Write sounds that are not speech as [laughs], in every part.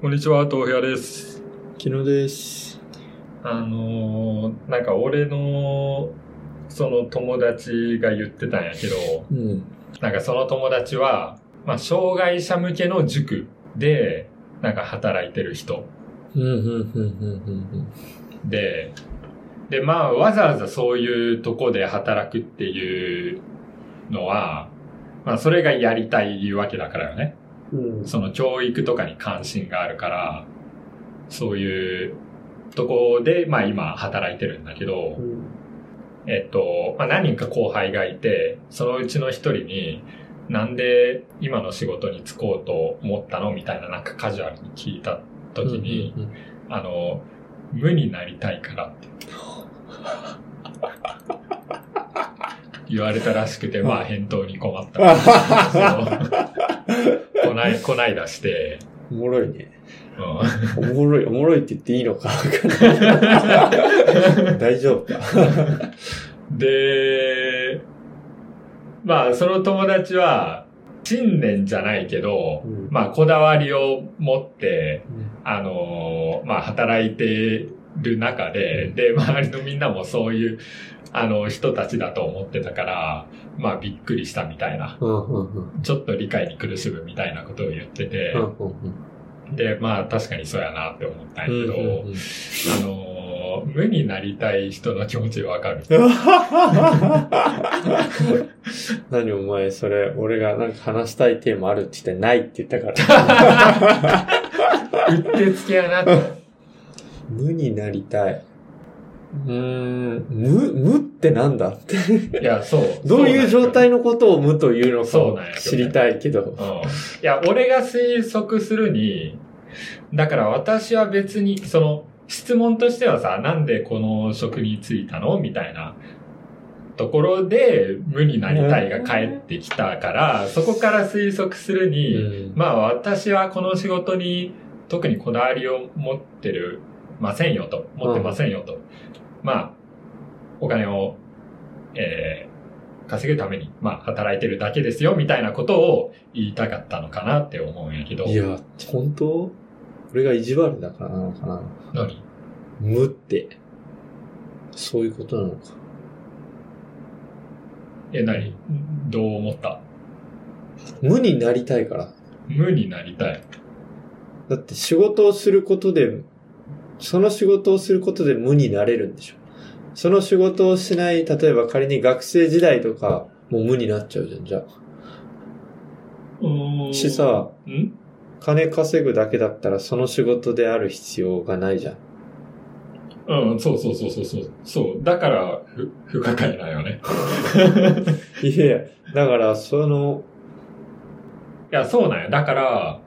こんにちは、豆腐屋です。昨日です。あのー、なんか俺の、その友達が言ってたんやけど、うん。なんかその友達は、まあ、障害者向けの塾で、なんか働いてる人うん、うん、うん、うん、で、で、まあ、わざわざそういうとこで働くっていうのは、まあ、それがやりたいわけだからよね。うん。うん。その教育とかに関心があるから、そういうとこで、まあ今働いてるんだけど、えっと、まあ何人か後輩がいて、そのうちの一人に、なんで今の仕事に就こうと思ったのみたいななんかカジュアルに聞いた時に、うん、うんあの、無になりたいからって。言われたらしくて、まあ返答に困った。 [laughs] そうこない、こないだして、おもろいね。うんおもろい、おもろいって言っていいのかわか [laughs] んない。大丈夫か。で、まあ、その友達は、信念じゃないけど、うんまあ、こだわりを持って、うあのーまあ、働いてる中で、で、周りのみんなもそういう、あの、人たちだと思ってたから、まあ、びっくりしたみたいな、ん、うん、うん。ちょっと理解に苦しむみたいなことを言っててう、ん、うん、で、まあ、確かにそうやなって思ったんやけうど、あん。のー無になりたい人の気持ちわかる。何お前、それ、俺がなんか話したいテーマあるって言ってないって言ったから。うってつけやなと。無になりたい。うーん、無、無ってなんだって。いや、そう。どういう状態のことを無というのかそうをなんやけどね知りたいけどう。ん。いや、俺が推測するに、だから私は別に、その、質問としてはさ、なんでこの職に就いたのみたいなところで、無になりたいが返ってきたから、そこから推測するに、うんまあ私はこの仕事に特にこだわりを持ってるませんよと、持ってませんよと。まあ、お金を、えー稼ぐために、まあ働いてるだけですよみたいなことを言いたかったのかなって思うんやけど。いや、本当これが意地悪だからなのかな何無って。そういうことなのか。え、何どう思った無になりたいから。無になりたい。だって仕事をすることで、その仕事をすることで無になれるんでしょ。その仕事をしない、例えば仮に学生時代とか、もう無になっちゃうじゃん、じゃあ。しさ、ん金稼ぐだけだったらその仕事である必要がないじゃん。うん、そうそうそうそうそう。そう。だから、ふ、不可解なんよね。いやいや、だからその、いや、そうなんよ。だから、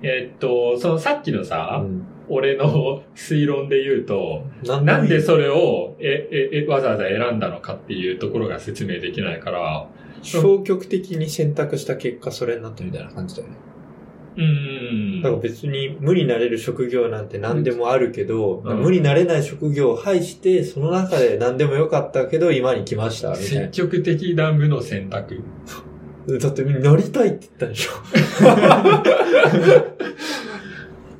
えーっと、そのさっきのさ、うん俺の推論で言うと、ななんでいいそれを、え、え、え、わざわざ選んだのかっていうところが説明できないから、消極的に選択した結果それになったみたいな感じだよね。うーん。だから別に無になれる職業なんて何でもあるけど、うん無になれない職業を排して、その中で何でもよかったけど今に来ました、みた積い極的な無の選択。な。だってなりたいって言ったでしょ。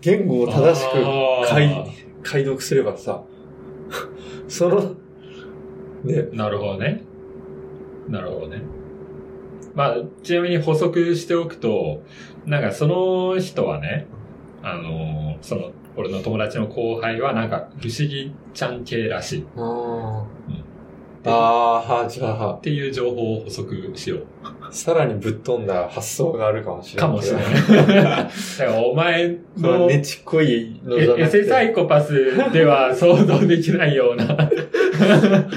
言語を正しくあ解解読すればさ、 [laughs] その、ね、ーなるほどね。なるほどね。まあ、ちなみに補足しておくと、なんかその人はね、あのーその、俺の友達の後輩はなんか不思議ちゃん系らしい。あーであー、じゃあっ、ていう情報を補足しよう。さらにぶっ飛んだ発想があるかもしれなかい。もしれない。 [laughs] だからお前こののねちっこいのじゃえエなくセサて、イコパスでは想像できないようなハ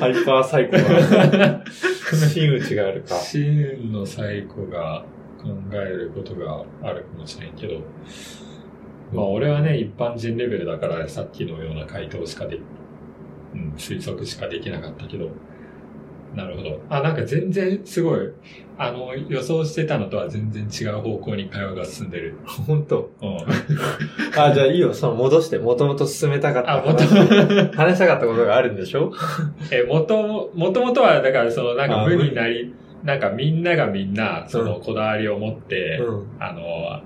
イパーサイコが、真打ちがあるか。真のサイコが考えることがあるかもしれんけど、まあ俺はね、一般人レベルだからさっきのような回答しかで、うん、推測しかできなかったけど、なるほど。あ、なんか全然すごい、あの、予想してたのとは全然違う方向に会話が進んでる。本当。うん。あ、じゃあいいよ、その戻して、もともと進めたかったあ、話。元話したかったことがあるんでしょ [laughs] え、もと、もともとは、だから、その、なんか、あ無になりなんかみんながみんな、そのこだわりを持って、うん。あの、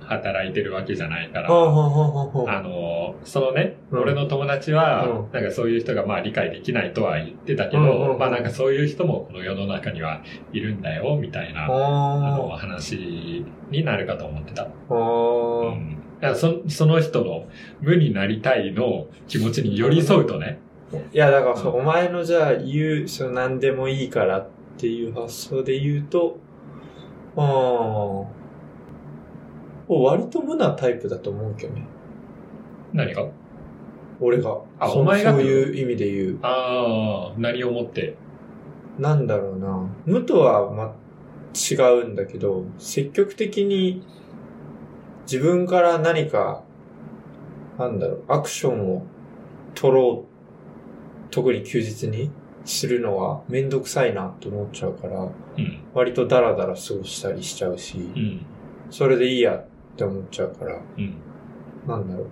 働いてるわけじゃないかあら、あ、ほうほうほうほう。あの、そのね、うん俺の友達は、うんなんかそういう人がまあ理解できないとは言ってたけど、うんうんうんまあなんかそういう人もこの世の中にはいるんだよ、みたいな、あのあ話になるかと思ってた。あ。ああ。だからそその人の無になりたいの気持ちに寄り添うとね、いや、だからそううお前のじゃあ言う、その何でもいいからっていう発想で言うと、ああ。割と無なタイプだと思うけどね。何か俺が。あそのお前がそういう意味で言う。ああ、何をもって。なんだろうな。無とは、ま、違うんだけど、積極的に自分から何か、なんだろう、アクションを取ろう、特に休日にするのはめんどくさいなと思っちゃうから、うん、割とダラダラ過ごしたりしちゃうしう、ん、それでいいやって思っちゃうから、うん、なんだろう。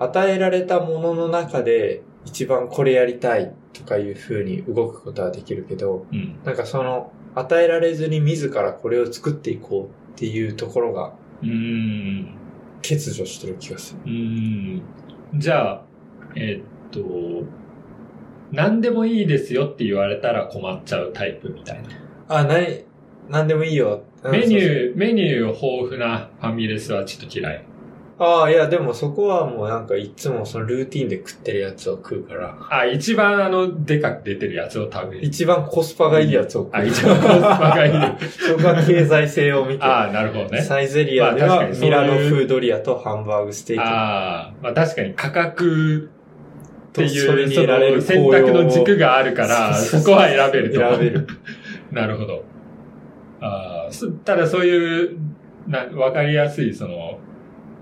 与えられたものの中で一番これやりたいとかいう風に動くことはできるけど、うん、なんかその、与えられずに自らこれを作っていこうっていうところがうーん、欠如してる気がする。うーん。じゃあ、えっと、何でもいいですよって言われたら困っちゃうタイプみたいな。あ、なに、なんでもいいよ。うんメニそうそうュー、メニュー豊富なファミレスはちょっと嫌い。ああ、いや、でもそこはもうなんかいつもそのルーティンで食ってるやつを食うから、あ、一番あの、でかく出てるやつを食べる。一番コスパがいいやつを食う。あ、一番コスパが [laughs] いい。そこが経済性を見て。ああ、なるほどね。サイゼリアでまあは確かにそういミうラノフードリアとハンバーグステーああ、まあ確かに価格ってキとそいれうにそ得られのる選択の軸があるから、そうそうそそうこは選べると。選べる。 [laughs] なるほど。ああ、そただそういう、な、わかりやすい、その、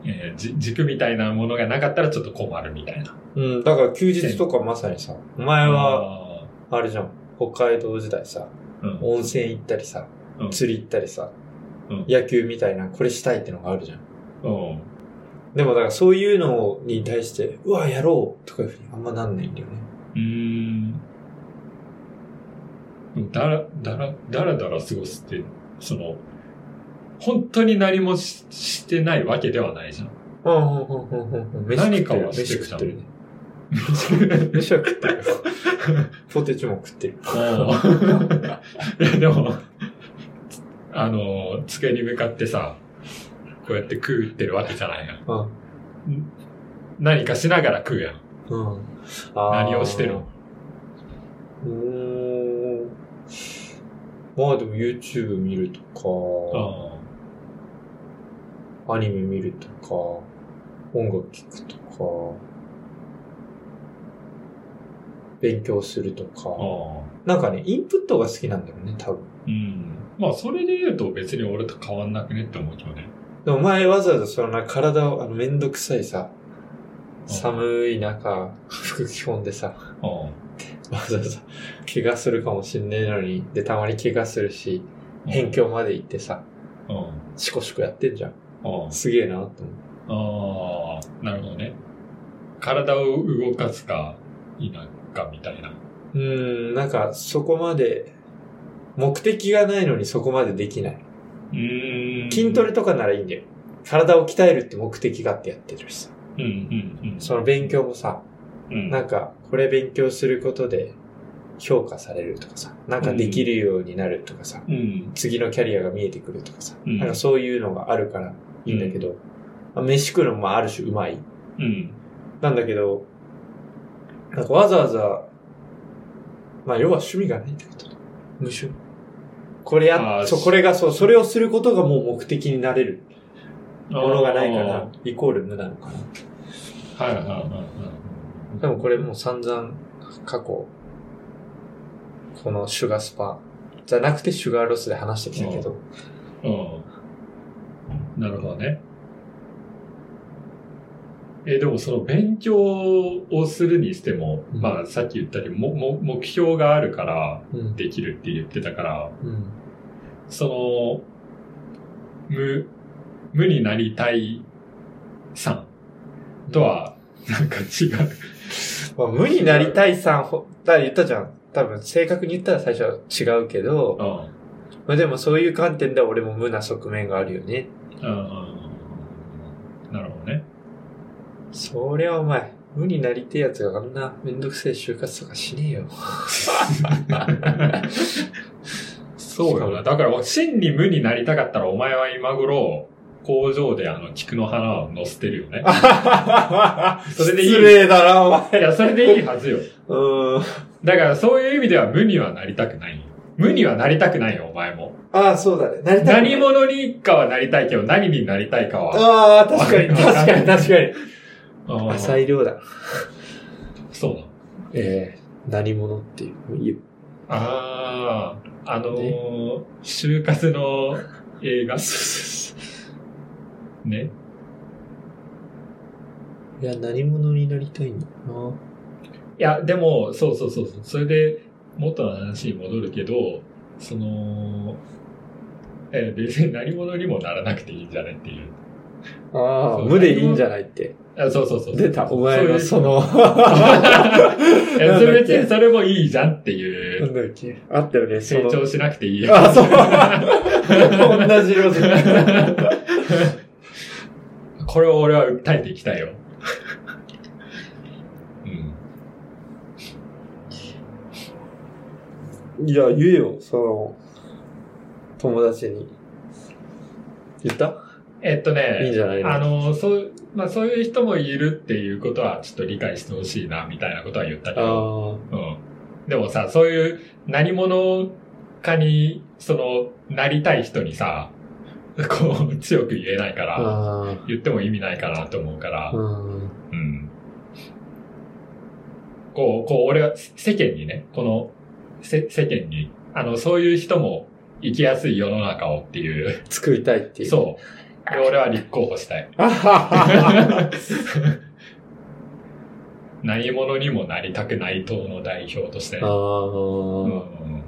えーじ軸みたいなものがなかったらちょっと困るみたいな。うん、だから休日とかまさにさ、お前は、ああれじゃん、北海道時代さ、ーうん。温泉行ったりさ、うん釣り行ったりさ、うん野球みたいな、これしたいってのがあるじゃん。うん。でもだからそういうのに対して、うわ、やろうとかいうふうにあんまなんないんだよね。うーん。でもだら、だら、だらだら過ごすって、その、本当に何もししてないわけではないじゃん。うんうんうんうんうんうん。何かは飯して食きったてるね。 [laughs] 飯は食ってる。ポテチも食ってる。いや、でも、あの、机に向かってさ、こうやって食うってるわけじゃないやん。うん。何かしながら食うやん。うん。何をしてるのうーん。まあでも YouTube 見るとあか、アニメ見るとか、音楽聴くとか、勉強するとか。あああなんかね、インプットが好きなんだよね、多分。うん。まあ、それで言うと別に俺と変わんなくねって思うけどね。でも前わざわざそのな体を、あの、めんどくさいさ、ん寒い中、服着込んでさ、あわざわざ、怪我するかもしんねえのに、で、たまに怪我するし、あ辺。境まで行ってさ、うん。シコシコやってんじゃん。あすげえな、と思う。あああ、なるほどね。体を動かすか、否かみたいな。うーん、なんか、そこまで、目的がないのにそこまでできない。うん筋トレとかならいいんだよ。体を鍛えるって目的があってやってるしさ。うんうんうん。その勉強もさ、うん。なんか、これ勉強することで評価されるとかさ、なんかできるようになるとかさ、うん。次のキャリアが見えてくるとかさ、うんなんかそういうのがあるからいいんだけど、まあ飯食うのもある種うまい。うん。なんだけど、なんかわざわざ、まあ要は趣味がないってことだ無趣味。これあや、ーそう、これがそう、それをすることがもう目的になれるもものがないから、イコール無なのかな。はいはいはいはい。でもこれもう散々過去、このシュガースパじゃなくてシュガーロスで話してきたけど、うん。なるほどね。え、でもその勉強をするにしても、うんまあさっき言ったようにもも目標があるからうん。できるって言ってたから、うん。その、無、無になりたいさんと、はなんか違う。まあ、無になりたいさん、ほだから言ったじゃん。多分正確に言ったら最初は違うけど、うん。まあでもそういう観点では俺も無な側面があるよね。ああ、なるほどね。そりゃお前、無になりてえやつがあんなめんどくせえ就活とかしねえ [laughs] よ。そうよな。だから、真に無になりたかったら、お前は今頃、工場であの、菊の花を乗せてるよね。それでいい失礼だな、お前。いや、それでいいはずよ。うん。だから、そういう意味では無にはなりたくないよ。無にはなりたくないよ、お前も。ああ、そうだね。なりたい何者にかはなりたいけど、何になりたいかは。ああ、確かに、確かに、確かに。ああ浅い量だ。そうなの。ええ何者っていう。いいよああ、あのー、就活の映画。 [laughs] ね。いや、何者になりたいんだよいや、でも、そうそうそうそう。それで、元の話に戻るけど、その、え、別に何者にもならなくていいんじゃないっていう。な。ああ、そう無でいいんじゃないって。あそうそうそう。出た、お前のそうそ [laughs] の。いう。いや、それ別になんだっそれもいいじゃんっていけなう。んだっけあったよね、そ成の。長しなくていいよ。あ、 [laughs] そう。同じ路地。 [laughs] これを俺は訴えていきたいよ。うん。いや、言えよ、その、友達に。言ったえっとね。いいんじゃないのあの、そう、まあそういう人もいるっていうことはちょっと理解してほしいな、みたいなことは言ったけど。あうん。でもさ、そういう何者かに、その、なりたい人にさ、 [laughs] こう、強く言えないかあ。ら、ああ。言っても意味ないかなと思うから、うん。うん。こう、こう、俺は世間にね、この、せ世間に、あの、そういう人も生きやすい世の中をっていう、作りたいっていう。 [laughs] う。そう。で俺は立候補 [laughs] したい。あははは。何者にもなりたくない党の代表としてね。うああ。ん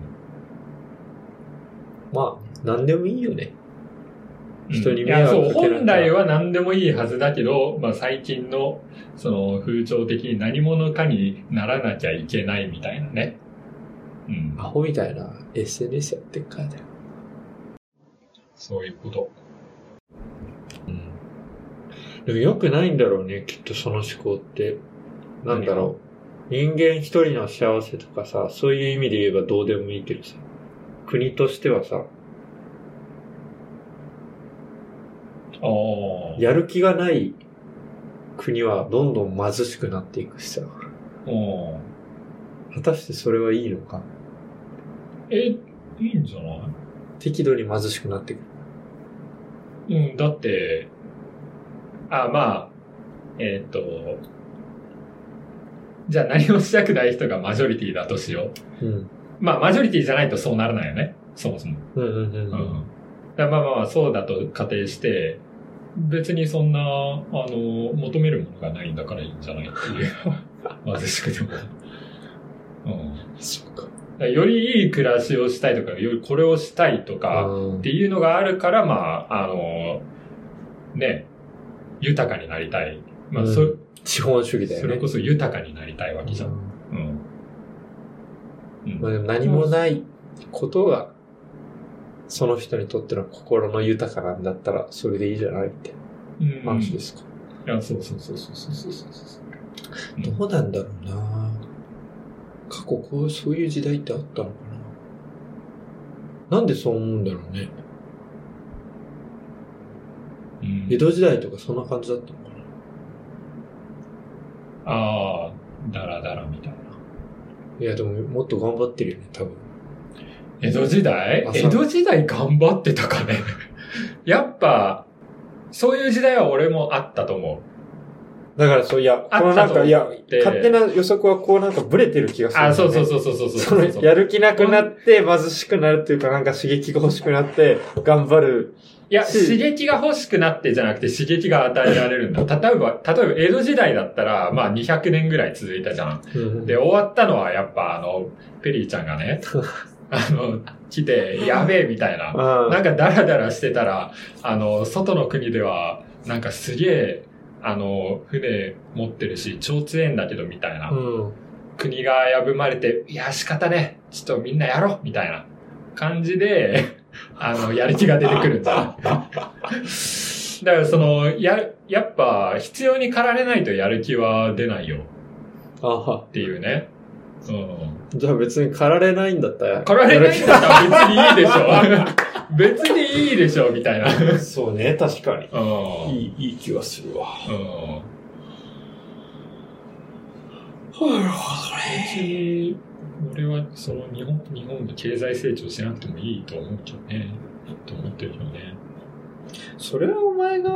まあ、なんでもいいよね。人にい迷や、惑そう、かけられ本たら来は何でもいいはずだけど、まあ最近の、その風潮的に何者かにならなきゃいけないみたいなね。うんア。ホみたいな SNS やってっからだよ。そういうこと。うん。でも良くないんだろうね、きっとその思考って。なんだろう。人間一人の幸せとかさ、そういう意味で言えばどうでもいいけどさ、国としてはさ、ああ。やる気がない国はどんどん貧しくなっていくしさ、うん。果たしてそれはいいのか。え、いいんじゃない適度に貧しくなっていく。うん、だって、あ、まあ、えーっ、と、じゃあ何もしたくない人がマジョリティだとしよう。うん。まあ、マジョリティじゃないとそうならないよね。そもそも。うんうんうんううん。ん。だからまあまあまあ、そうだと仮定して、別にそんな、あの、求めるものがないんだからいいんじゃないっていう。貧 [laughs] しくても。うん。そうだか。からよりいい暮らしをしたいとか、よりこれをしたいとか、うんっていうのがあるから、まあ、あの、ね、豊かになりたい。まあ、そうん資本主義だよね。それこそ豊かになりたいわけじゃ。うんんうん。うんまあ、でも何もないことが、その人にとっての心の豊かなんだったら、それでいいじゃないってうん話でいすか。や、そうそうそうそうそうそうそうそう。どうなんだろうな過去こう、そういう時代ってあったのかななんでそう思うんだろうね。うん江戸時代とかそんな感じだったのかなああ、だらだらみたいな。いや、でももっと頑張ってるよね、多分。江戸時代あそ江う戸時代頑張ってたかね。 [laughs] やっぱ、そういう時代は俺もあったと思う。だから、そう、いや、あこのなんか、いやて、勝手な予測はこうなんかブレてる気がするんだあよね、そうそうそうそうそうそそうのやる気なくなって貧しくなるっていうかなんか刺激が欲しくなって頑張るいや、し刺激が欲しくなってじゃなくて刺激が与えられるんだ。例えば、例えば江戸時代だったら、まあ200年ぐらい続いたじゃん。で、終わったのはやっぱあの、ペリーちゃんがね、あの、来て、やべえみたいな。 [laughs] うんなんかダラダラしてたら、あの、外の国では、なんかすげえ、あの、船持ってるし、超強えんだけどみたいな。うん。国が破まれて、いや、仕方ねえ。ちょっとみんなやろうみたいな感じで、 [laughs] あの、やる気が出てくるんだ。だからその、や、やっぱ必要に駆られないとやる気は出ないよあはっ。ていうね。うん。じゃあ別に駆られないんだったら。駆られないんだったら [laughs] 別にいいでしょ。別にいいでしょ、みたいな。うん。そうね、確かに。うん。いい、いい気はするわ。なるほどね。別に俺はその日本、日本が経済成長しなくてもいいと思うけどね。と思ってるけどね。それはお前が、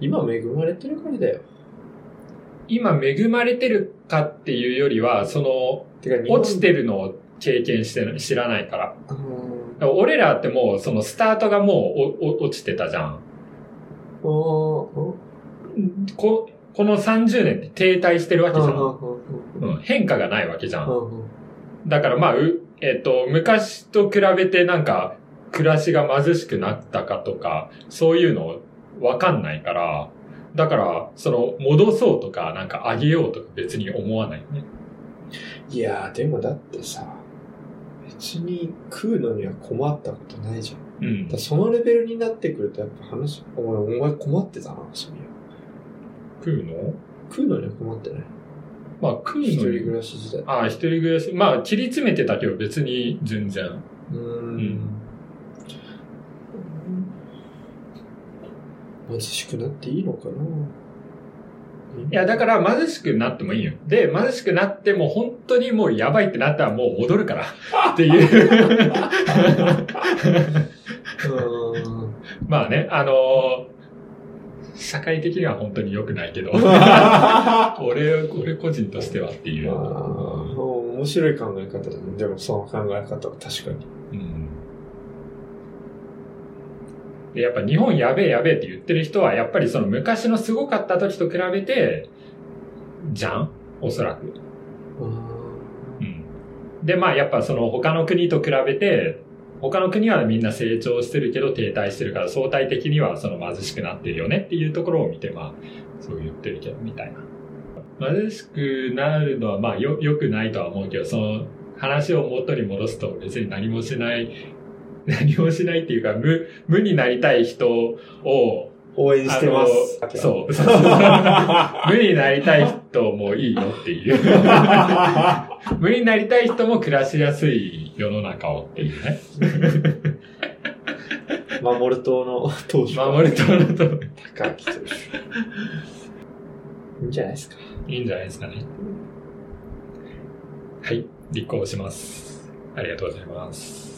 今恵まれてるからだよ。今恵まれてるかっていうよりは、その、てか、落ちて、てるのを経験してない知らないから。うーんだから俺らってもう、そのスタートがもうおお落ちてたじゃん。おーおーここの30年って停滞してるわけじゃん。ううん、変化がないわけじゃん。んだからまあ、うえっ、と、昔と比べてなんか、暮らしが貧しくなったかとか、そういうのわかんないから、だから、その、戻そうとか、なんか上げようとか別に思わないね。いやー、でもだってさ、別に食うのには困ったことないじゃん。だうんか。らそのレベルになってくるとやっぱ話、お前、お前困ってたな、そういや食うの食うのには困ってない。まあ、食う一人の暮に。らし時代。ああ、一人暮らし。まあ、切り詰めてたけど別に全然。うーん。貧しくなっていいのかないいや、だかから貧しくなってもいいよ。で、貧しくなっても本当にもうやばいってなったらもう戻るから。っていう。ら。うーん。まあね、あのー社会的には本当に良くないけ [laughs] ど。俺、俺個人としてはっていう。あー面白い考え方だね。でもその考え方は確かに。うんでやっぱ日本やべえやべえって言ってる人は、やっぱりその昔のすごかった時と比べて、じゃんおそらく。うんで、まあやっぱその他の国と比べて、他の国はみんな成長してるけど停滞してるから相対的にはその貧しくなってるよねっていうところを見て、まあそう言ってるけどみたいな。貧しくなるのはまあよ、良くないとは思うけど、その話を元に戻すと別に何もしない、 [laughs] 何もしないっていうか無、無になりたい人を、応援してますあ。のそう。そうそう [laughs] 無になりたい人もいいよっていう。無理になりたい人も暮らしやすい世の中をっていうね。 [laughs] 守る党の党首。守るとると高木投手。いいんじゃないですか。いいんじゃないですかね。はい、立候補します。ありがとうございます。